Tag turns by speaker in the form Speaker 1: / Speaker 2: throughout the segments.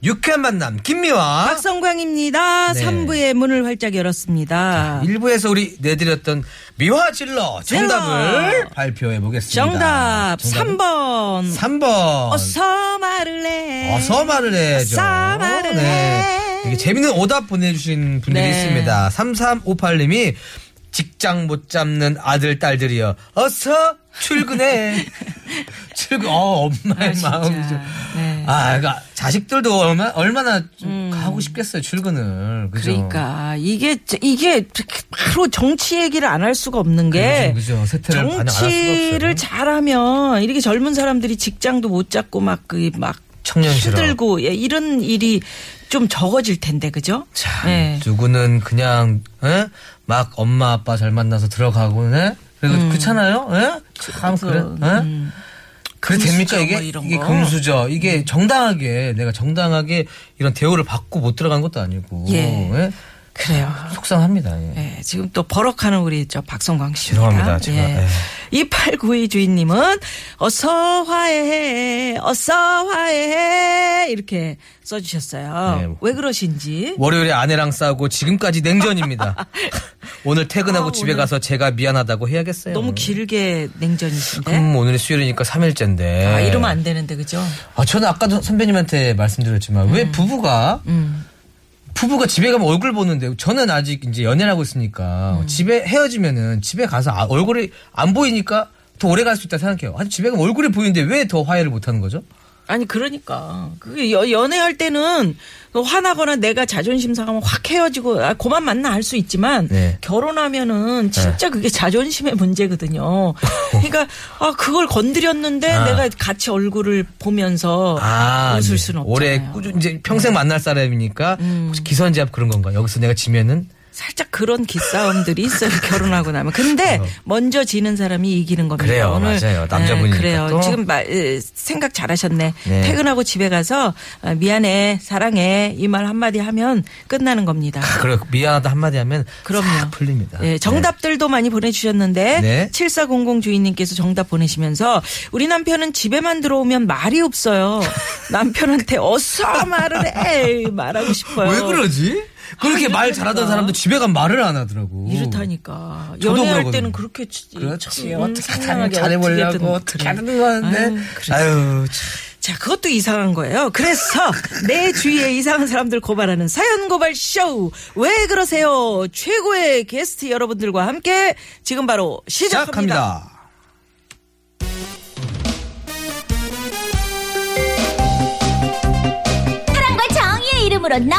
Speaker 1: 유쾌한 만남 김미화
Speaker 2: 박성광입니다.
Speaker 1: 네.
Speaker 2: 3부의 문을 활짝 열었습니다.
Speaker 1: 일부에서 우리 내드렸던 미화 질러 정답을
Speaker 2: 질러.
Speaker 1: 발표해
Speaker 2: 정답,
Speaker 1: 보겠습니다.
Speaker 2: 3번.
Speaker 1: 3번 어서,
Speaker 2: 어서 말을 해.
Speaker 1: 말을 해죠.
Speaker 2: 어서 말을 해.
Speaker 1: 이게 재밌는 오답 보내주신 분들이
Speaker 2: 네.
Speaker 1: 있습니다. 3358님이 직장 못 잡는 아들 딸들이여 어서 출근해. 출근 어 엄마의
Speaker 2: 아, 진짜.
Speaker 1: 마음이죠.
Speaker 2: 네. 음.
Speaker 1: 아, 그러니까 자식들도 얼마 얼마나 좀 가고 싶겠어요 출근을. 그죠?
Speaker 2: 그러니까 이게 이게 바로 정치 얘기를 안 할 수가 없는 게
Speaker 1: 그죠, 그죠. 세태를 반영 안할 수가 없어요.
Speaker 2: 예.
Speaker 1: 네.
Speaker 2: 정치를 잘하면 이렇게 젊은 사람들이 직장도 못 잡고 막 그 막
Speaker 1: 청년 실업.
Speaker 2: 힘들고 예, 이런 일이 좀 적어질 텐데 그죠?
Speaker 1: 참,
Speaker 2: 네.
Speaker 1: 누구는 그냥 에? 막 엄마 아빠 잘 만나서 들어가고 네? 그리고
Speaker 2: 음.
Speaker 1: 그렇잖아요. 에? 참 그래. 에? 그래
Speaker 2: 금수저
Speaker 1: 됩니까 이게
Speaker 2: 뭐 이런
Speaker 1: 이게
Speaker 2: 거. 음.
Speaker 1: 금수저 이게 정당하게 내가 정당하게 이런 대우를 받고 못 들어간 것도 아니고
Speaker 2: 예.
Speaker 1: 예?
Speaker 2: 그래요.
Speaker 1: 속상합니다. 예.
Speaker 2: 예, 지금 또 버럭하는 우리 저 박성광 씨.
Speaker 1: 죄송합니다, 네. 제가.
Speaker 2: 예. 2892 주인님은 어서 화해해, 어서 화해해 이렇게 써주셨어요.
Speaker 1: 네.
Speaker 2: 왜 그러신지.
Speaker 1: 월요일에 아내랑 싸우고 지금까지 냉전입니다. 오늘 퇴근하고
Speaker 2: 아,
Speaker 1: 집에
Speaker 2: 오늘.
Speaker 1: 가서 제가 미안하다고 해야겠어요.
Speaker 2: 너무 길게 냉전이신데.
Speaker 1: 그럼 오늘이 수요일이니까 3일째인데.
Speaker 2: 아, 이러면 안 되는데, 그죠?
Speaker 1: 아, 저는 아까도 선배님한테 말씀드렸지만
Speaker 2: 음.
Speaker 1: 왜 부부가 부부가 집에 가면 얼굴 보는데 저는 아직 이제 연애를 하고 있으니까
Speaker 2: 음.
Speaker 1: 집에 헤어지면은 집에 가서 아, 얼굴이 안 보이니까 더 오래 갈 수 있다 생각해요. 아니 집에 가면 얼굴이 보이는데 왜 더 화해를 못 하는 거죠?
Speaker 2: 아니, 그러니까. 그게 여- 연애할 때는 그 화나거나 내가 자존심 상하면 확 헤어지고, 아, 그만 만나 할 수 있지만,
Speaker 1: 네.
Speaker 2: 결혼하면은 진짜 그게 자존심의 문제거든요. 그러니까, 아, 그걸 건드렸는데
Speaker 1: 아.
Speaker 2: 내가 같이 얼굴을 보면서 어, 웃을
Speaker 1: 네.
Speaker 2: 수는 없잖아요. 네. 음.
Speaker 1: 오래 꾸준 이제 평생 만날 사람이니까 혹시 기선제압 그런 건가? 여기서 내가 지면은
Speaker 2: 살짝 그런 기싸움들이 있어요. 결혼하고 나면. 근데 먼저 지는 사람이 이기는 겁니다.
Speaker 1: 어.
Speaker 2: 네,
Speaker 1: 그래요. 맞아요. 남자분이니까
Speaker 2: 그래요.
Speaker 1: 또.
Speaker 2: 지금 마- 에, 생각 잘하셨네.
Speaker 1: 네.
Speaker 2: 퇴근하고 집에 가서 아, 미안해, 사랑해 이 말 한마디 하면 끝나는 겁니다.
Speaker 1: 아, 그래 미안하다 한마디 하면 싹
Speaker 2: 그럼요.
Speaker 1: 풀립니다.
Speaker 2: 예, 정답들도 많이 보내주셨는데
Speaker 1: 네.
Speaker 2: 7400 주인님께서 정답 보내시면서 우리 남편은 집에만 들어오면 말이 없어요. 남편한테 어서 말을 해 말하고 싶어요.
Speaker 1: 네. 왜 그러지? 그렇게
Speaker 2: 아,
Speaker 1: 말
Speaker 2: 이러니까.
Speaker 1: 잘하던 사람도 집에 가면 말을 안 하더라고.
Speaker 2: 이렇다니까.
Speaker 1: 저도
Speaker 2: 연애할
Speaker 1: 그러거든요.
Speaker 2: 때는 그렇게 치-
Speaker 1: 그렇지.
Speaker 2: 참
Speaker 1: 음, 어떻게 잘,
Speaker 2: 상냥하게
Speaker 1: 잘해보려고
Speaker 2: 어떻게든
Speaker 1: 어떻게
Speaker 2: 그래.
Speaker 1: 하는 건데.
Speaker 2: 아유, 그래서.
Speaker 1: 아유, 참.
Speaker 2: 자, 그것도 이상한 거예요. 그래서 내 주위에 이상한 사람들 고발하는 사연 고발 쇼. 왜 그러세요? 최고의 게스트 여러분들과 함께 지금 바로 시작합니다.
Speaker 1: 시작합니다.
Speaker 3: 사랑과 정의의 이름으로 널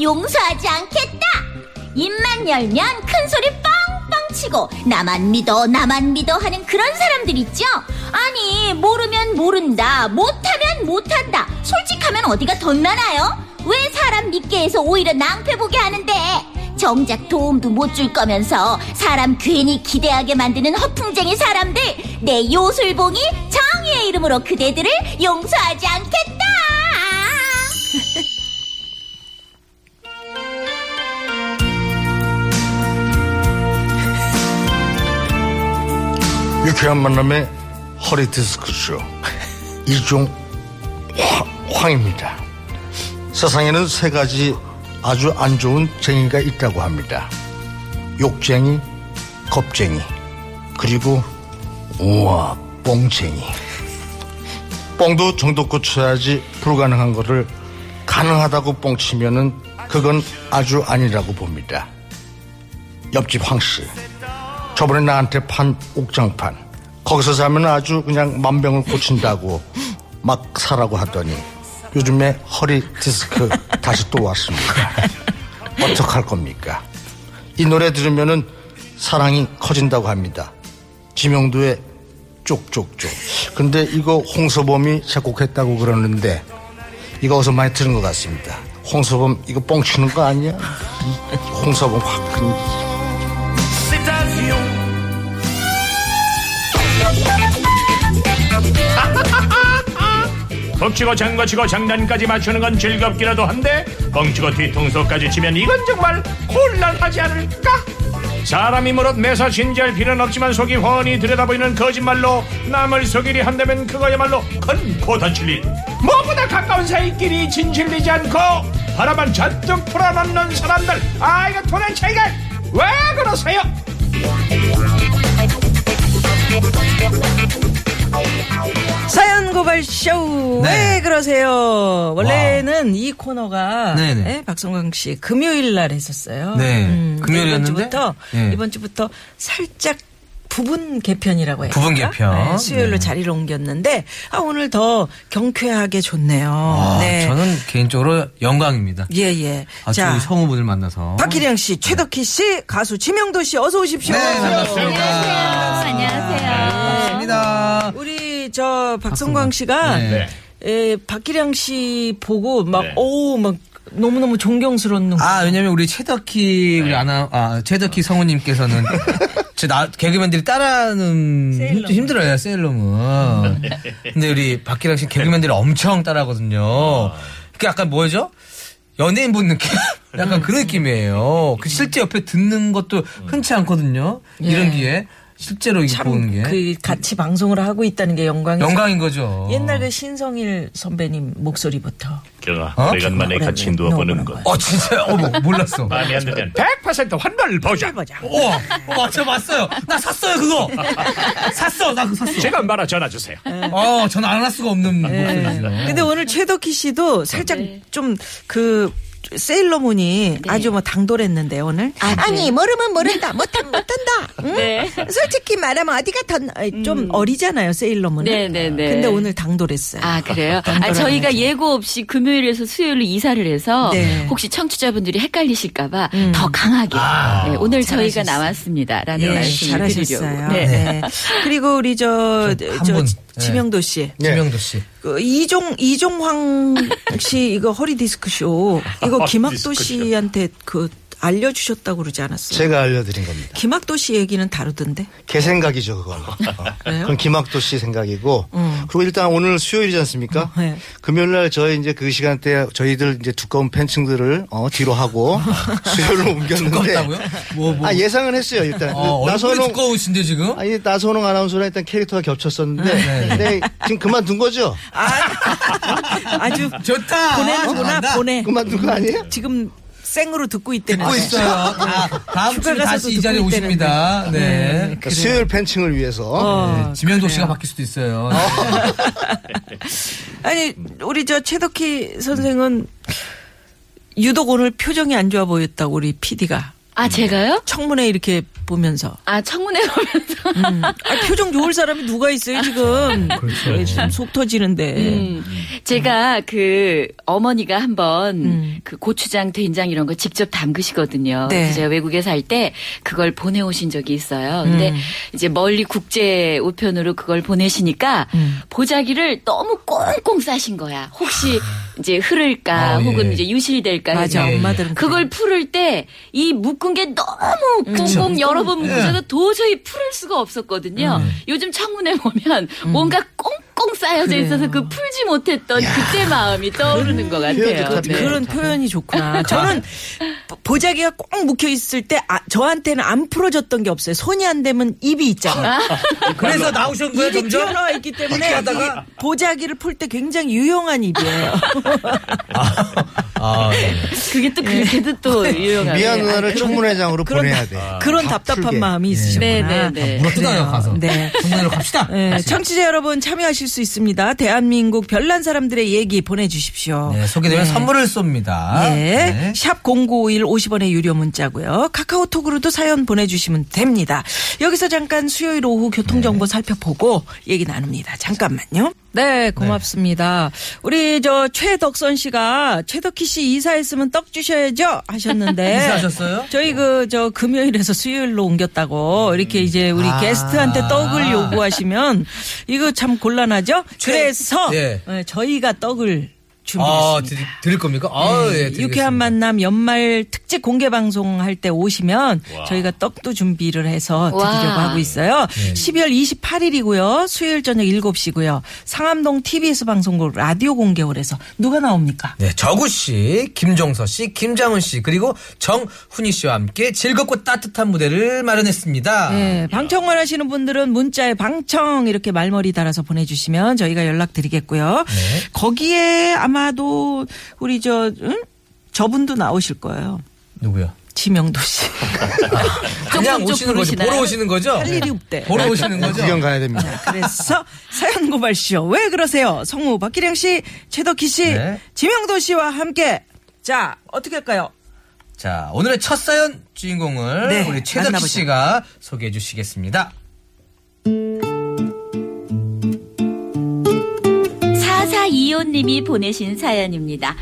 Speaker 3: 용서하지 않겠다. 입만 열면 큰 소리 빵빵 치고 나만 믿어 나만 믿어 하는 그런 사람들 있죠. 아니 모르면 모른다 못하면 못한다 솔직하면 어디가 덧나나요? 왜 사람 믿게 해서 오히려 낭패 보게 하는데 정작 도움도 못 줄 거면서 사람 괜히 기대하게 만드는 허풍쟁이 사람들 내 요술봉이 정의의 이름으로 그대들을 용서하지 않겠다.
Speaker 4: 유쾌한 만남의 허리 디스크쇼 일종 화- 황입니다. 세상에는 세 가지 아주 안 좋은 쟁이가 있다고 합니다. 욕쟁이, 겁쟁이, 그리고 우와 뽕쟁이. 뽕도 정도껏 쳐야지 불가능한 거를 가능하다고 뽕치면은 그건 아주 아니라고 봅니다. 옆집 황 씨. 저번에 나한테 판 옥장판 거기서 사면 아주 그냥 만병을 고친다고 막 사라고 하더니 요즘에 허리 디스크 다시 또 왔습니다 어떡할 겁니까 이 노래 들으면은 사랑이 커진다고 합니다 지명도의 쪽쪽쪽 근데 이거 홍서범이 작곡했다고 그러는데 이거 어서 많이 들은 것 같습니다
Speaker 5: 홍서범 이거 뻥치는 거 아니야? 이 홍서범 확 그냥
Speaker 6: 벅치고 장거치고 장단까지 맞추는 건 즐겁기라도 한데 뻥치고 뒤통수까지 치면 이건 정말 곤란하지 않을까? 사람이 무릇 매사 진지할 필요는 없지만 속이 훤히 들여다보이는 거짓말로 남을 속이리 한다면 그거야말로 큰코 다칠 일 뭐보다 가까운 사이끼리 진실되지 않고 바라만 잔뜩 풀어놓는 사람들 아 이거 도대체 이게 왜 그러세요?
Speaker 2: 사연 고발 쇼.
Speaker 1: 네.
Speaker 2: 왜 그러세요? 원래는 이 코너가
Speaker 1: 네네.
Speaker 2: 예, 박성광 씨 금요일 날 했었어요. 음,
Speaker 1: 네. 금요일이었는데?
Speaker 2: 이번 주부터
Speaker 1: 네.
Speaker 2: 이번 주부터 살짝 부분 개편이라고 해요.
Speaker 1: 부분 개편.
Speaker 2: 수요일로
Speaker 1: 네.
Speaker 2: 자리를 옮겼는데 아 오늘 더 경쾌하게 좋네요.
Speaker 1: 아, 저는 개인적으로 영광입니다.
Speaker 2: 예, 예.
Speaker 1: 아주
Speaker 2: 자,
Speaker 1: 성우분을 만나서.
Speaker 2: 박희령 씨, 최덕희 씨, 가수 지명도 씨 어서 오십시오.
Speaker 1: 네, 반갑습니다.
Speaker 7: 안녕하세요.
Speaker 1: 네, 반갑습니다.
Speaker 2: 우리 저 박성광 씨가
Speaker 1: 네.
Speaker 2: 에, 박기량 씨 보고
Speaker 6: 네.
Speaker 2: 막오막 너무 너무 존경스러운
Speaker 1: 아, 왜냐면 우리 최덕희, 우리 아나, 아, 최덕희 성우님께서는 제 나, 개그맨들이 따라하는 힘, 힘들어요, 세일러문. 근데 우리 박기랑 씨 개그맨들이 엄청 따라하거든요. 그게 약간 뭐죠? 연예인 본 느낌? 약간 그 느낌이에요. 그 실제 옆에 듣는 것도 흔치 않거든요. 이런 기회. 실제로 이게 보는 게.
Speaker 2: 예. 참그 같이 방송을 하고 있다는 게 영광이
Speaker 1: 영광인 거죠.
Speaker 2: 옛날 그 신성일 선배님 목소리부터
Speaker 6: 경아
Speaker 1: 어?
Speaker 6: 오래간만에 같이 누워보는 것
Speaker 1: 어, 진짜요? 어머, 몰랐어.
Speaker 6: 마음에 안 들면 100% 환불 보자
Speaker 2: 해보자.
Speaker 1: 우와, 우와, 저 봤어요. 나 샀어요, 그거. 샀어, 나 그거 샀어.
Speaker 6: 제가 말아 전화 주세요
Speaker 1: 어, 저는 안 할 수가 없는
Speaker 2: 네.
Speaker 1: 목소리죠.
Speaker 2: 근데 오늘 최덕희 씨도 살짝 좀 그 세일러문이 아주 뭐 당돌했는데 오늘 아니 모르면 모른다 못하면 못한다 응? 솔직히 말하면 어디가 더좀 어리잖아요 세일러문은
Speaker 8: 네네네.
Speaker 2: 근데 오늘 당돌했어요
Speaker 8: 아 그래요? 아 저희가 예고 없이 금요일에서 수요일로 이사를 해서
Speaker 2: 네. 음.
Speaker 8: 혹시 청취자분들이 헷갈리실까봐 더 강하게 네, 오늘 저희가 나왔습니다라는
Speaker 2: 아, 예,
Speaker 8: 말씀을
Speaker 2: 잘하셨어요.
Speaker 8: 드리려고. 네.
Speaker 2: 네. 그리고 우리 저,
Speaker 1: 좀한
Speaker 2: 저
Speaker 1: 분.
Speaker 2: 지명도 씨.
Speaker 1: 지명도 씨.
Speaker 2: 그 이종 이종황 씨 이거 허리 디스크 쇼 이거 김학도
Speaker 6: 디스크 쇼.
Speaker 2: 씨한테 그 알려주셨다고 그러지 않았어요?
Speaker 5: 제가 알려드린 겁니다.
Speaker 2: 김학도 씨 얘기는 다르던데.
Speaker 5: 개 생각이죠 그건.
Speaker 1: 아,
Speaker 5: 어.
Speaker 2: 왜요?
Speaker 5: 그건 김학도 씨 생각이고.
Speaker 1: 음.
Speaker 5: 그리고 일단 오늘 수요일이지 않습니까?
Speaker 2: 네.
Speaker 5: 금요일 날 저희 이제 그 시간대 저희들 이제 두꺼운 팬층들을 어, 뒤로 하고 수요일로 옮겼는데.
Speaker 1: 두껍다고요? 뭐, 뭐.
Speaker 5: 아 예상은 했어요 일단.
Speaker 1: 어, 얼굴이
Speaker 5: 나선홍
Speaker 1: 두꺼우신데, 지금?
Speaker 5: 아니 나선홍 아나운서랑 일단 캐릭터가 겹쳤었는데
Speaker 1: 네.
Speaker 5: 근데 지금 그만둔 거죠?
Speaker 2: 아, 아주
Speaker 1: 좋다.
Speaker 2: 보내구나
Speaker 1: 잘한다.
Speaker 2: 보내.
Speaker 5: 그만둔 거 아니에요?
Speaker 2: 지금 생으로 듣고 있대는.
Speaker 1: 듣고 있어요. 아, 다음
Speaker 2: 휴가
Speaker 1: 주에
Speaker 2: 가서도
Speaker 1: 다시 이 자리에
Speaker 2: 듣고 있다는데.
Speaker 1: 오십니다. 네.
Speaker 5: 그러니까 수요일 팬층을 위해서
Speaker 2: 어,
Speaker 1: 네, 지명도 씨가 바뀔 수도 있어요. 네.
Speaker 2: 아니 우리 저 최덕희 선생은 유독 오늘 표정이 안 좋아 보였다고 우리 PD가
Speaker 8: 아 제가요?
Speaker 2: 청문회 이렇게 보면서
Speaker 8: 아 청문회 오면서
Speaker 2: 아, 표정 좋을 사람이 누가 있어요 지금 지금 속 터지는데
Speaker 8: 음, 제가 그 어머니가 한번 그 고추장, 된장 이런 거 직접 담그시거든요.
Speaker 2: 네.
Speaker 8: 그래서 제가 외국에 살 때 그걸 보내오신 적이 있어요. 근데 이제 멀리 국제 우편으로 그걸 보내시니까 보자기를 너무 꽁꽁 싸신 거야. 혹시 이제 흐를까
Speaker 1: 아,
Speaker 8: 혹은
Speaker 1: 예.
Speaker 8: 이제 유실될까 해서
Speaker 2: 맞아
Speaker 1: 예, 예.
Speaker 2: 엄마들은
Speaker 8: 그걸 풀을 때 이 묶은 게 너무 꽁꽁 여러 번 묶어서 도저히 풀을 수가 없었거든요. 요즘 청문회 보면 뭔가 꽁꽁 쌓여져 있어서 그 풀지 못했던 그때 마음이 떠오르는 것 같아요. 네.
Speaker 5: 헤어졌다.
Speaker 2: 그런 그런
Speaker 1: 네.
Speaker 2: 표현이
Speaker 1: 아,
Speaker 2: 좋구나 저는 보자기가 꼭 묶여 있을 때 아, 저한테는 안 풀어졌던 게 없어요 손이 안 되면 입이 있잖아
Speaker 1: 그래서 나오신 거예요,
Speaker 2: 입이
Speaker 1: 점점?
Speaker 2: 튀어나와 있기 때문에
Speaker 1: 이렇게 하다가?
Speaker 2: 이 보자기를 풀 때 굉장히 유용한 입이에요
Speaker 1: 아, 네.
Speaker 8: 그게 또 그렇게도 또 유용하네.
Speaker 5: 미아 누나를 청문회장으로
Speaker 2: 그런-
Speaker 5: 보내야
Speaker 1: 아,
Speaker 5: 돼.
Speaker 2: 그런
Speaker 5: 다
Speaker 2: 답답한
Speaker 5: 풀게.
Speaker 1: 예.
Speaker 2: 마음이
Speaker 8: 네,
Speaker 2: 있으시구나
Speaker 8: 네, 네.
Speaker 1: 물어뜯어요,
Speaker 2: 그래요.
Speaker 1: 가서.
Speaker 2: 네.
Speaker 1: 정면으로 갑시다.
Speaker 2: 예,
Speaker 1: 다시.
Speaker 2: 청취자 여러분 참여하실 수 있습니다. 대한민국 별난 사람들의 얘기 보내주십시오.
Speaker 1: 네, 소개되면 선물을 쏩니다.
Speaker 2: 예.
Speaker 1: 네.
Speaker 2: 샵 0951 50원의 유료 문자고요. 카카오톡으로도 사연 보내주시면 됩니다. 여기서 잠깐 수요일 오후 교통정보 살펴보고 얘기 나눕니다. 잠깐만요. 네, 고맙습니다. 우리 저 최덕선 씨가 최덕희 씨 이사했으면 떡 주셔야죠 하셨는데
Speaker 1: 이사하셨어요?
Speaker 2: 저희 그 저 금요일에서 수요일로 옮겼다고 이렇게 이제 우리
Speaker 1: 아.
Speaker 2: 게스트한테 떡을 요구하시면 이거 참 곤란하죠. 그래서
Speaker 1: 예.
Speaker 2: 예, 저희가 떡을
Speaker 1: 아,
Speaker 2: 준비했습니다.
Speaker 1: 드, 들을 겁니까? 아, 예. 드리겠습니다.
Speaker 2: 네, 유쾌한 만남 연말 특집 공개 방송 할 때 오시면 저희가 떡도 준비를 해서 드리려고
Speaker 8: 와.
Speaker 2: 하고 있어요.
Speaker 1: 네.
Speaker 2: 12월 28일이고요. 수요일 저녁 7시고요. 상암동 TBS 방송국 라디오 공개홀에서 누가 나옵니까?
Speaker 1: 네, 저구 씨, 김종서 씨, 김장훈 씨, 그리고 정훈이 씨와 함께 즐겁고 따뜻한 무대를 마련했습니다.
Speaker 2: 네, 방청을 하시는 분들은 문자에 방청 이렇게 말머리 달아서 보내주시면 저희가 연락드리겠고요.
Speaker 1: 네.
Speaker 2: 거기에 아마도 우리 저 응? 저분도 나오실 거예요.
Speaker 1: 누구요?
Speaker 2: 지명도 씨.
Speaker 1: 그냥
Speaker 8: 쪽쪽
Speaker 1: 오시는 거죠?
Speaker 8: 부르시나요?
Speaker 1: 보러 오시는 거죠? 네.
Speaker 2: 할 일이 없대.
Speaker 1: 보러 오시는 거죠?
Speaker 5: 구경 가야 됩니다.
Speaker 2: 그래서 사연 고발쇼 왜 그러세요? 성우 박기량 씨, 최덕희 씨,
Speaker 1: 네.
Speaker 2: 지명도 씨와 함께 자 어떻게 할까요?
Speaker 1: 자, 오늘의 첫 사연 주인공을
Speaker 2: 네,
Speaker 1: 우리 최덕희
Speaker 2: 만나보죠.
Speaker 1: 씨가 소개해 주시겠습니다.
Speaker 8: 4425님이 보내신 사연입니다.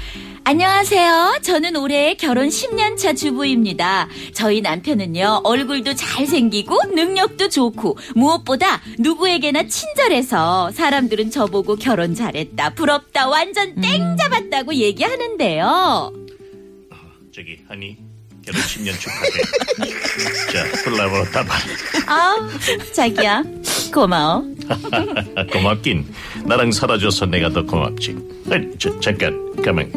Speaker 8: 안녕하세요. 저는 올해 결혼 10년차 주부입니다. 저희 남편은요, 얼굴도 잘생기고, 능력도 좋고, 무엇보다 누구에게나 친절해서 사람들은 저보고 결혼 잘했다, 부럽다,
Speaker 6: 음.
Speaker 8: 완전 땡 잡았다고 얘기하는데요.
Speaker 6: 저기 아니
Speaker 1: 네.
Speaker 6: 결혼 10년 축하해. 자 콜라보로 따봐.
Speaker 8: 아우, 자기야. 고마워.
Speaker 6: 고맙긴 나랑 살아줘서 내가 더 고맙지. 아, 저, 잠깐 가만.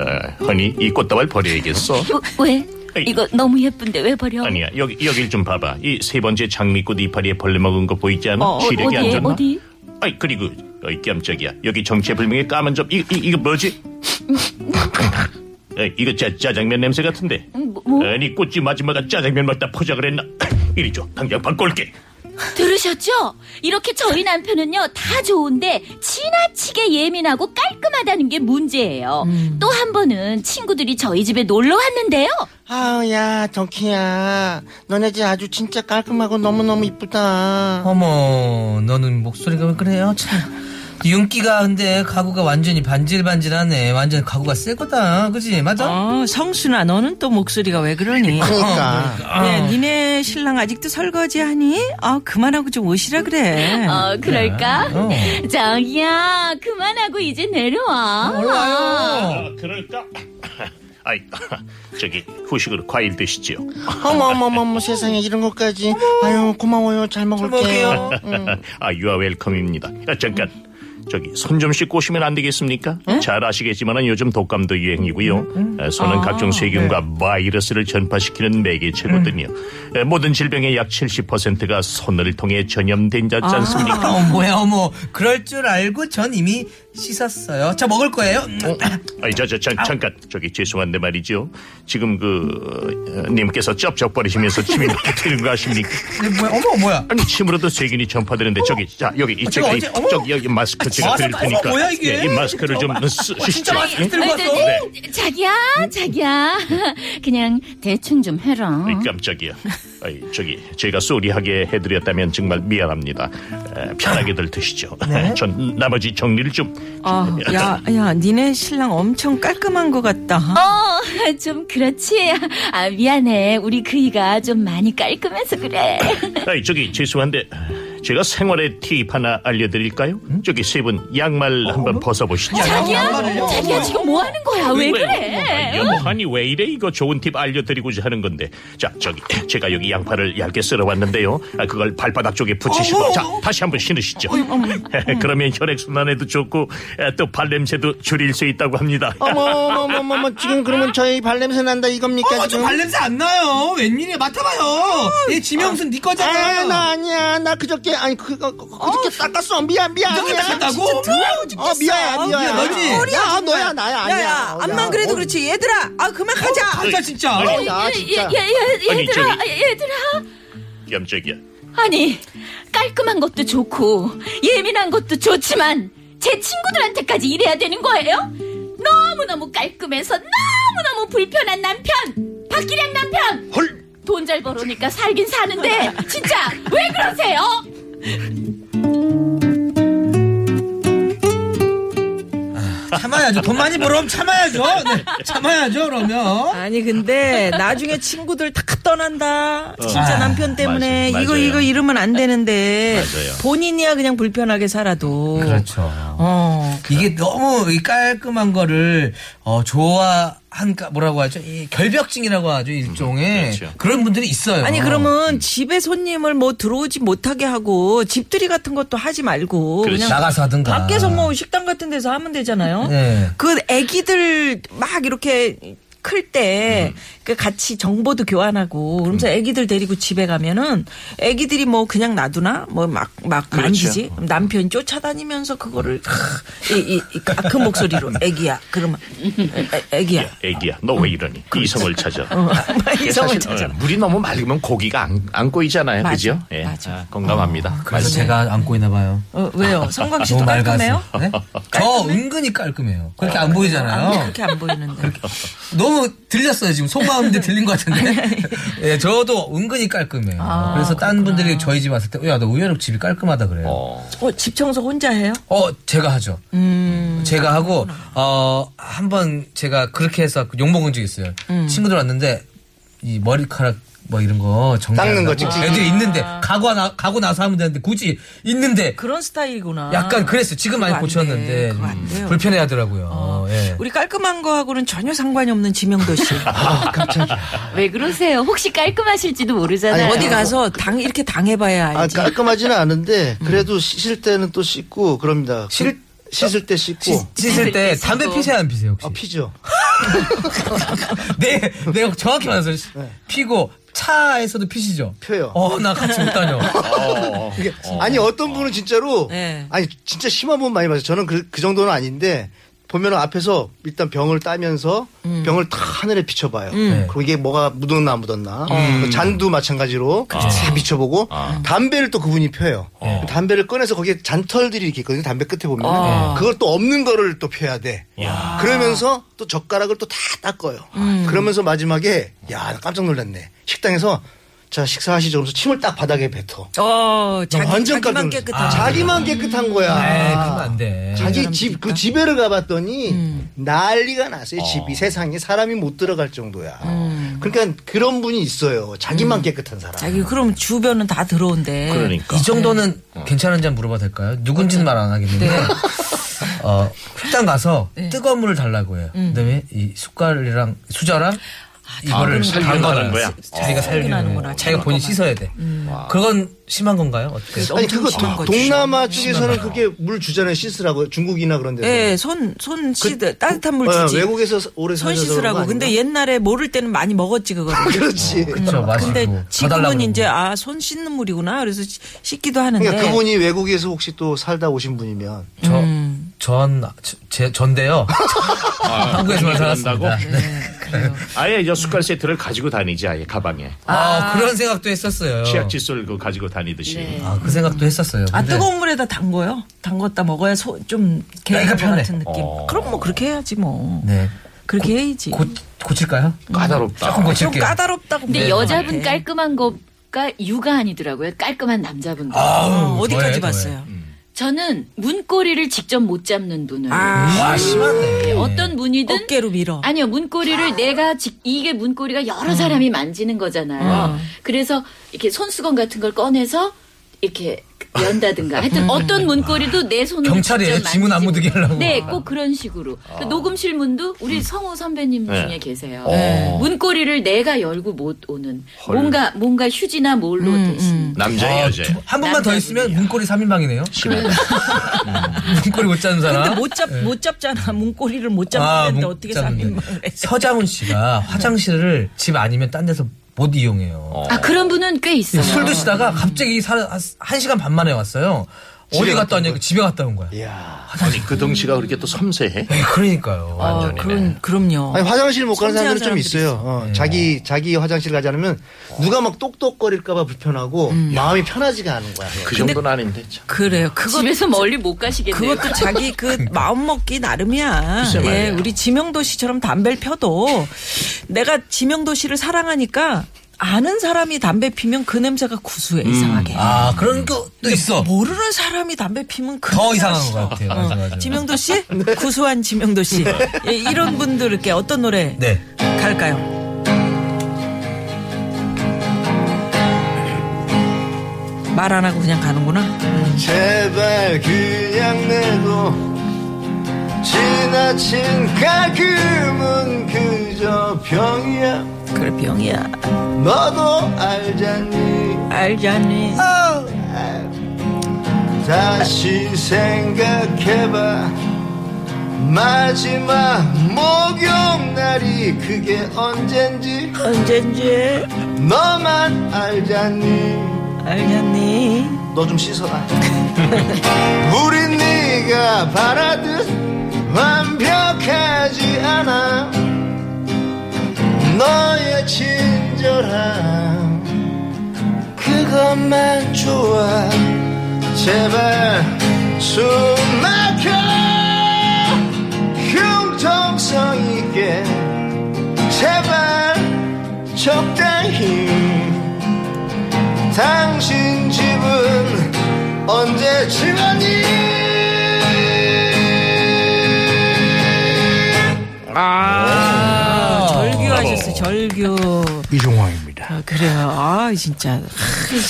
Speaker 6: 아, 허니 이 꽃다발 버려야겠어.
Speaker 8: 어, 왜? 이거 너무 예쁜데 왜 버려?
Speaker 6: 아니야 여기 여길 좀 봐봐. 이 세 번째 장미꽃 이파리에 벌레 먹은 거 보이지 않아?
Speaker 8: 어, 어,
Speaker 6: 시력이 안
Speaker 8: 어디에?
Speaker 6: 좋나?
Speaker 8: 어디?
Speaker 6: 아이 그리고 어이 깜짝이야. 여기 정체불명의 까만 점. 이, 이 이거 뭐지? 에 이거 짜, 짜장면 냄새 같은데.
Speaker 8: 음, 뭐- 뭐?
Speaker 6: 아니 꽃집 마지막에 짜장면 먹다 포장을 했나? 이리 줘. 당장 바꿔 올게.
Speaker 8: 들으셨죠? 이렇게 저희 남편은요, 다 좋은데, 지나치게 예민하고 깔끔하다는 게 문제예요. 또 한 번은 친구들이 저희 집에 놀러 왔는데요.
Speaker 9: 아우야 덕희야 너네 집 아주 진짜 깔끔하고 너무너무 이쁘다
Speaker 1: 어머, 너는 목소리가 왜 그래요? 참. 윤기가 근데 가구가 완전히 반질반질하네. 완전 가구가 새 거다. 그지? 맞아?
Speaker 2: 어, 성순아 너는 또 목소리가 왜 그러니?
Speaker 9: 그러니까
Speaker 2: 네, 니네 신랑 아직도 설거지하니? 아 그만하고 좀 오시라 그래.
Speaker 8: 어, 그럴까?
Speaker 1: 어.
Speaker 8: 자기야, 그만하고 이제 내려와.
Speaker 1: 몰라요.
Speaker 6: 그럴까? 아이 저기 후식으로 과일 드시지요.
Speaker 9: 어머 어머 어머, 어머 세상에 이런 것까지 아유 고마워요 잘 먹을게요
Speaker 6: 아, 유아 웰컴입니다. 아, 잠깐. 저기 손 좀 씻고 오시면 안 되겠습니까? 잘 아시겠지만 요즘 독감도 유행이고요. 아, 손은 각종 세균과 바이러스를 전파시키는 매개체거든요. 아, 모든 질병의 약 70%가 손을 통해 전염된지 않습니까?
Speaker 1: 어머야, 어머. 그럴 줄 알고 전 이미 씻었어요. 저 먹을 거예요.
Speaker 6: 아니, 저, 저, 잠, 잠깐. 저기 죄송한데 말이죠. 지금 그 어, 님께서 쩝쩝 거리시면서 침이 나게 되는 거 아십니까?
Speaker 1: 뭐야, 어머, 뭐야.
Speaker 6: 아니 침으로도 세균이 전파되는데 저기 자 여기 이 제가 이,
Speaker 1: 아, 어째- 어머.
Speaker 6: 저기 여기 마스크 제가
Speaker 1: 마스크,
Speaker 6: 드릴 테니까
Speaker 1: 어, 뭐야, 이게? 어, 아,
Speaker 6: 예, 이 마스크를 좀 쓰시죠. 예,
Speaker 1: 진짜 마스크 들고
Speaker 8: 아니,
Speaker 1: 왔어.
Speaker 8: 네, 네, 자기야, 자기야. 그냥 대충 좀 해라.
Speaker 6: 아이, 깜짝이야. 아이, 저기 제가 소리하게 해드렸다면 정말 미안합니다. 에, 편하게들 드시죠.
Speaker 1: 네.
Speaker 6: 전 나머지 정리를 좀.
Speaker 2: 아, 야, 야, 니네 신랑 엄청 깔끔한 것 같다.
Speaker 8: 어, 좀 그렇지. 아, 미안해. 우리 그이가 좀 많이 깔끔해서 그래.
Speaker 6: 아이, 저기 죄송한데 제가 생활의 팁 하나 알려드릴까요?
Speaker 1: 음?
Speaker 6: 저기 세 분 양말 한번 벗어보시죠.
Speaker 8: 자기야, 자기야 지금 뭐 하는 거야? 왜
Speaker 6: 아이,
Speaker 8: 그래?
Speaker 6: 여보, 아니 뭐 왜 이래? 이거 좋은 팁 알려드리고자 하는 건데. 자, 저기 제가 여기 양파를 얇게 썰어왔는데요. 아, 그걸 발바닥 쪽에 붙이시고, 자 다시 한번 신으시죠. 예, 그러면 혈액 순환에도 좋고 아, 또 발냄새도 줄일 수 있다고 합니다.
Speaker 9: 어머 어머 어머 어머, 어머 지금 그러면 저희 발냄새 난다 이겁니까
Speaker 1: 어머, 저
Speaker 9: 지금
Speaker 1: 발냄새 안 나요. 웬일이야. 맡아봐요. 얘 지명순 네 거잖아.
Speaker 9: 아, 나 아니야. 나 그저께, 아니, 그, 그, 그, 그저께 닦았어. 미안, 미안.
Speaker 1: 그저께
Speaker 9: 미안.
Speaker 1: 닦았다고?
Speaker 9: 진짜 어, 미안야, 미안야.
Speaker 1: 야, 너지?
Speaker 9: 야, 너야, 나야,
Speaker 2: 야,
Speaker 9: 아니야. 어,
Speaker 2: 야, 암만 그래도 그렇지. 얘들아, 아, 그만 가자.
Speaker 1: 앉아, 진짜.
Speaker 6: 아니,
Speaker 9: 야,
Speaker 8: 예,
Speaker 9: 진짜.
Speaker 8: 예, 예,
Speaker 6: 아니,
Speaker 8: 얘들아,
Speaker 6: 저기-
Speaker 8: 얘들아.
Speaker 6: 깜짝이야.
Speaker 8: 아니, 깔끔한 것도 좋고, 예민한 것도 좋지만, 제 친구들한테까지 이래야 되는 거예요? 너무너무 깔끔해서 너무너무 불편한 남편! 박기량 남편!
Speaker 6: 헐.
Speaker 8: 돈 잘 벌으니까 살긴 사는데, 진짜, 왜 그러세요?
Speaker 1: 참아야죠. 돈 많이 벌으면 참아야죠. 네, 참아야죠. 그러면
Speaker 2: 아니 근데 나중에 친구들 다 떠난다. 진짜
Speaker 1: 아,
Speaker 2: 남편 때문에
Speaker 6: 맞아,
Speaker 2: 이거
Speaker 6: 맞아요.
Speaker 2: 이거 이러면 안 되는데
Speaker 6: 맞아요.
Speaker 2: 본인이야 그냥 불편하게 살아도
Speaker 1: 그렇죠.
Speaker 2: 어.
Speaker 1: 이게 너무 이 깔끔한 거를 어, 좋아한 까- 뭐라고 하죠? 이 결벽증이라고 하죠 일종의
Speaker 6: 그렇죠.
Speaker 1: 그런 분들이 있어요.
Speaker 2: 아니
Speaker 6: 음.
Speaker 2: 그러면 집에 손님을 뭐 들어오지 못하게 하고 집들이 같은 것도 하지 말고
Speaker 6: 그렇지.
Speaker 2: 그냥
Speaker 1: 나가서 하든가
Speaker 2: 밖에서 뭐 식당 같은 데서 하면 되잖아요.
Speaker 1: 네.
Speaker 2: 그 애기들 막 이렇게 클 때그 같이 정보도 교환하고 그러면서 애기들 데리고 집에 가면은 애기들이 뭐 그냥 놔두나 뭐 막 막
Speaker 1: 그렇죠.
Speaker 2: 만지지 그럼 남편이 쫓아다니면서 그거를 이이그 목소리로 애기야 그러면 애- 애기야
Speaker 6: 애기야, 너 왜 이러니? 이성을 찾아.
Speaker 2: 어. 이성을
Speaker 6: 사실,
Speaker 2: 찾아
Speaker 6: 어, 물이 너무 맑으면 고기가 안, 안 꼬이잖아요.
Speaker 2: 맞아,
Speaker 6: 그죠? 예.
Speaker 2: 맞아.
Speaker 6: 아, 공감합니다.
Speaker 1: 그래서 제가 안고 있나 봐요.
Speaker 2: 어, 왜요 성광 씨도
Speaker 1: 아, 너무
Speaker 2: 깔끔해요?
Speaker 1: 맑아서. 네? 저 은근히 깔끔해요. 그렇게 안
Speaker 2: 안,
Speaker 1: 보이잖아요.
Speaker 2: 그렇게 안 보이는데
Speaker 1: 너무 들렸어요 지금 속마음인데 들린 것 같은데. 예, 저도 은근히 깔끔해요.
Speaker 2: 아,
Speaker 1: 그래서 딴 분들이 저희 집 왔을 때, 야 너 의외로 집이 깔끔하다 그래요. 어,
Speaker 6: 어,
Speaker 2: 어, 집 청소 혼자 해요?
Speaker 1: 제가 하죠.
Speaker 2: 음.
Speaker 1: 제가 하고 어, 어한번 제가 그렇게 해서 욕 먹은 적 있어요.
Speaker 2: 음.
Speaker 1: 친구들 왔는데 이 머리카락 뭐 이런 거 정리하고 아,
Speaker 5: 닦는 거 찍찍이.
Speaker 1: 애들이 있는데 가고 나 가고 나서 하면 되는데 굳이 있는데
Speaker 2: 아. 그런 스타일이구나.
Speaker 1: 약간 그랬어요. 지금 많이
Speaker 2: 그거 안 돼.
Speaker 1: 고쳤는데
Speaker 2: 그거 안 돼요. 어.
Speaker 1: 불편해하더라고요. 예.
Speaker 2: 우리 깔끔한 거하고는 전혀 상관이 없는 지명도 씨.
Speaker 5: 아,
Speaker 8: 왜 그러세요? 혹시 깔끔하실지도 모르잖아요.
Speaker 2: 어디 가서 당 이렇게 당해봐야
Speaker 5: 아,
Speaker 2: 알지.
Speaker 5: 깔끔하지는 않은데 그래도 씻을 때는 또 씻고 그럽니다. 씻, 씻을 때 씻고
Speaker 1: 씻- 씻을 때 담배 피세요 안 피세요 혹시?
Speaker 5: 아, 피죠.
Speaker 1: 네, 내가 정확히 말해서 피고 차에서도 피시죠.
Speaker 5: 네. 펴요.
Speaker 1: 어, 나 같이 못 다녀.
Speaker 6: 어,
Speaker 5: 이게 아니 어떤 분은 진짜로
Speaker 2: 네.
Speaker 5: 아니 진짜 심한 분 많이 봤어요. 저는 그, 그 정도는 아닌데 보면은 앞에서 일단 병을 따면서 병을 다 하늘에 비춰봐요. 그리고 이게 뭐가 묻었나 안 묻었나. 그 잔도 마찬가지로 다 비춰보고 담배를 또 그분이 펴요. 그 담배를 꺼내서 거기에 잔털들이 이렇게 있거든요. 담배 끝에 보면 은 그걸 또 없는 거를 또 네. 펴야 돼. 그러면서 또 젓가락을 또 다 닦아요. 그러면서 마지막에 야나 깜짝 놀랐네. 식당에서 자 식사하시죠. 그러면서 침을 딱 바닥에 뱉어.
Speaker 2: 어,
Speaker 5: 나
Speaker 2: 자기,
Speaker 5: 완전
Speaker 2: 자기만
Speaker 5: 깜짝
Speaker 2: 깨끗한. 네,
Speaker 5: 놀랐어. 자기만 깨끗한 거야.
Speaker 1: 에이, 그러면 안 돼.
Speaker 5: 아. 자기 집 그 집에를 가봤더니
Speaker 2: 음.
Speaker 5: 난리가 났어요. 집이 세상에 사람이 못 들어갈 정도야. 그러니까 그런 분이 있어요. 자기만 깨끗한 사람.
Speaker 2: 음. 자기 그럼 주변은 다 들어온대.
Speaker 6: 그러니까.
Speaker 1: 이 정도는
Speaker 5: 네.
Speaker 1: 괜찮은지 한번 물어봐도 될까요? 누군지는 말 안 하겠는데.
Speaker 2: 네.
Speaker 1: 어, 식당 가서 뜨거운 물을 달라고 해요. 그다음에 이 숟갈이랑 수저랑
Speaker 2: 아,
Speaker 1: 이거를
Speaker 6: 담그는
Speaker 1: 담가놔요.
Speaker 6: 거야. 담그는 거야?
Speaker 1: 자기가
Speaker 2: 어.
Speaker 1: 살리는
Speaker 2: 담그는구나. 음.
Speaker 1: 거야. 자기가 본인 이 씻어야 돼. 그건 심한 건가요? 어떻게?
Speaker 5: 아니
Speaker 2: 엄청
Speaker 5: 그거
Speaker 2: 심한
Speaker 5: 동-
Speaker 2: 거지.
Speaker 5: 동남아 쪽에서는 그게 물 주잖아요. 씻으라고 중국이나 그런 데서.
Speaker 2: 예, 손, 손 씻, 따뜻한 물
Speaker 5: 그 어,
Speaker 2: 주지.
Speaker 5: 외국에서 오래
Speaker 2: 손
Speaker 5: 살아서
Speaker 2: 씻으라고.
Speaker 5: 그런 거
Speaker 2: 근데
Speaker 5: 아닌가?
Speaker 2: 옛날에 모를 때는 많이 먹었지, 그거를.
Speaker 5: 그렇지.
Speaker 1: 그렇죠. 마시고.
Speaker 2: 음. 근데
Speaker 1: 더 달라고
Speaker 2: 지금은
Speaker 1: 그러고.
Speaker 2: 이제, 아, 손 씻는 물이구나. 그래서 씻- 씻기도 하는데.
Speaker 5: 그러니까 그분이 외국에서 혹시 또 살다 오신 분이면
Speaker 1: 저,
Speaker 2: 음.
Speaker 1: 전, 제, 전데요. 한국에서만 살았습니다.
Speaker 6: 아, 한다고?
Speaker 1: 네.
Speaker 6: 아예 이제 숟갈 세트를 가지고 다니지 아예 가방에
Speaker 1: 아, 그런 생각도 했었어요.
Speaker 6: 치약 칫솔 그 가지고 다니듯이
Speaker 1: 아, 그 생각도 했었어요.
Speaker 5: 네.
Speaker 2: 아,
Speaker 1: 근데
Speaker 2: 뜨거운 물에다 담궈요? 담궜다 먹어야 소, 좀, 개인
Speaker 1: 편해.
Speaker 2: 같은 느낌.
Speaker 5: 어.
Speaker 2: 그럼 뭐, 그렇게 해야지, 뭐.
Speaker 1: 네.
Speaker 2: 그렇게 해야지.
Speaker 1: 고, 고칠까요?
Speaker 6: 까다롭다.
Speaker 1: 조금
Speaker 2: 좀
Speaker 1: 고칠게요.
Speaker 2: 까다롭다고.
Speaker 8: 근데
Speaker 2: 보는
Speaker 8: 여자분
Speaker 2: 것 같아.
Speaker 8: 깔끔한 거가 유가 아니더라고요. 깔끔한 남자분. 거.
Speaker 1: 아우,
Speaker 2: 어, 어디까지
Speaker 1: 더해, 더해.
Speaker 2: 봤어요?
Speaker 8: 저는 문고리를 직접 못 잡는 분을
Speaker 2: 아,
Speaker 1: 와, 심하네.
Speaker 8: 어떤 문이든
Speaker 2: 어깨로 밀어.
Speaker 8: 음. 아니요 문고리를 내가 직- 이게 문고리가
Speaker 1: 음.
Speaker 8: 여러 사람이 만지는 거잖아요. 그래서 이렇게 손수건 같은 걸 꺼내서 이렇게 연다든가 하여튼 어떤 문고리도 내 손으로
Speaker 1: 음. 경찰이에요?
Speaker 8: 직접
Speaker 1: 지문 안
Speaker 8: 만지고.
Speaker 1: 묻히게 하려고. 아.
Speaker 8: 네꼭 그런 식으로 그 녹음실 문도 우리 성우 선배님
Speaker 6: 네.
Speaker 8: 중에 계세요.
Speaker 6: 어.
Speaker 8: 문고리를 내가 열고 못 오는 뭔가 뭔가 휴지나 뭘로
Speaker 1: 음,
Speaker 8: 대신
Speaker 6: 남자
Speaker 1: 아,
Speaker 6: 여자
Speaker 1: 두- 한 분만 더 있으면 문고리 3인방이네요. 음, 문고리 못 잡는 사람.
Speaker 2: 근데 못 잡, 못 잡잖아. 문고리를 아, 예. 못
Speaker 1: 아,
Speaker 2: 잡는데
Speaker 1: 못
Speaker 2: 어떻게
Speaker 1: 잡는데.
Speaker 2: 삼인방을 해.
Speaker 1: 서장훈 씨가 화장실을 집 아니면 딴 데서 못 이용해요.
Speaker 8: 아 그런 분은 꽤 있어요.
Speaker 1: 술 드시다가 갑자기 사, 한- 한 시간 반 만에 왔어요. 어디
Speaker 5: 집에
Speaker 1: 갔다
Speaker 5: 갔다 온 예.
Speaker 1: 왔냐고
Speaker 5: 거야?
Speaker 1: 집에 갔다 온 거야.
Speaker 5: 이야.
Speaker 6: 아니 그 덩치가 그렇게 또 섬세해
Speaker 1: 네, 그러니까요.
Speaker 2: 아, 그럼, 그럼요.
Speaker 5: 어. 아니 화장실 못 가는
Speaker 2: 섬세한
Speaker 5: 사람들은 좀
Speaker 2: 사람들이
Speaker 5: 있어요. 어,
Speaker 9: 음.
Speaker 5: 자기 자기 화장실 가지 않으면 누가 막 똑똑거릴까봐 불편하고 마음이 편하지가 않은 거야.
Speaker 6: 그 정도는 아닌데 참.
Speaker 2: 그래요. 그거,
Speaker 8: 집에서 멀리 못 가시겠네요.
Speaker 2: 그것도 자기 그 마음 먹기 나름이야.
Speaker 6: 글쎄
Speaker 2: 예,
Speaker 6: 말이야.
Speaker 2: 우리 지명도 씨처럼 담배를 펴도 내가 지명도 씨를 사랑하니까 아는 사람이 담배 피면 그 냄새가 구수해 이상하게.
Speaker 1: 아 그런 것도 있어.
Speaker 2: 모르는 사람이 담배 피면 그
Speaker 1: 더
Speaker 2: 냄새가
Speaker 1: 이상한
Speaker 2: 싫어.
Speaker 1: 것 같아요. 맞아, 맞아.
Speaker 2: 지명도 씨, 구수한 지명도 씨, 예, 이런 분들께 어떤 노래
Speaker 1: 네.
Speaker 2: 갈까요? 말 안 하고 그냥 가는구나.
Speaker 9: 제발 그냥 내도 지나친 가끔은 그저 병이야
Speaker 2: 그래 병이야.
Speaker 9: 너도 알잖니
Speaker 2: 알잖니.
Speaker 9: 다시 생각해봐 마지막 목욕날이 그게 언젠지
Speaker 2: 언젠지
Speaker 9: 너만 알잖니
Speaker 2: 알겠니?
Speaker 9: 너 좀 씻어라. 우린 네가 바라듯 완벽하지 않아. 너의 친절함 그것만 좋아. 제발 숨 막혀 흉통성 있게 제발 적당히 당신 집은 언제쯤이니?
Speaker 2: 아, 절규하셨어, 절규. 이종황입니다. 그래요. 아, 진짜. 아,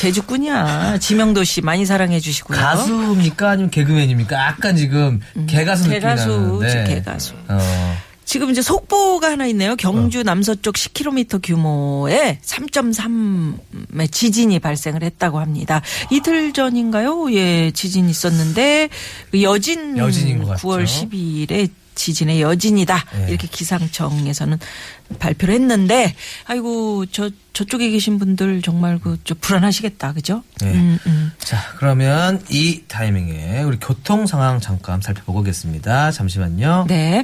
Speaker 2: 제주꾼이야. 지명도 씨 많이 사랑해주시고요.
Speaker 1: 가수입니까 아니면 개그맨입니까? 약간 지금 개가수 느낌이
Speaker 2: 음, 개가수,
Speaker 1: 나는데.
Speaker 2: 지금 개가수.
Speaker 1: 어.
Speaker 2: 지금 이제 속보가 하나 있네요. 경주 남서쪽 10km 규모의 3.3의 지진이 발생을 했다고 합니다. 이틀 전인가요? 예, 지진이 있었는데 그 여진
Speaker 1: 여진인 것 같죠.
Speaker 2: 9월 12일에 지진의 여진이다.
Speaker 1: 예.
Speaker 2: 이렇게 기상청에서는 발표를 했는데 아이고 저 저쪽에 계신 분들 정말 그좀 불안하시겠다. 그죠?
Speaker 1: 예.
Speaker 2: 음, 음.
Speaker 1: 자, 그러면 이 타이밍에 우리 교통 상황 잠깐 살펴보겠습니다. 잠시만요.
Speaker 2: 네.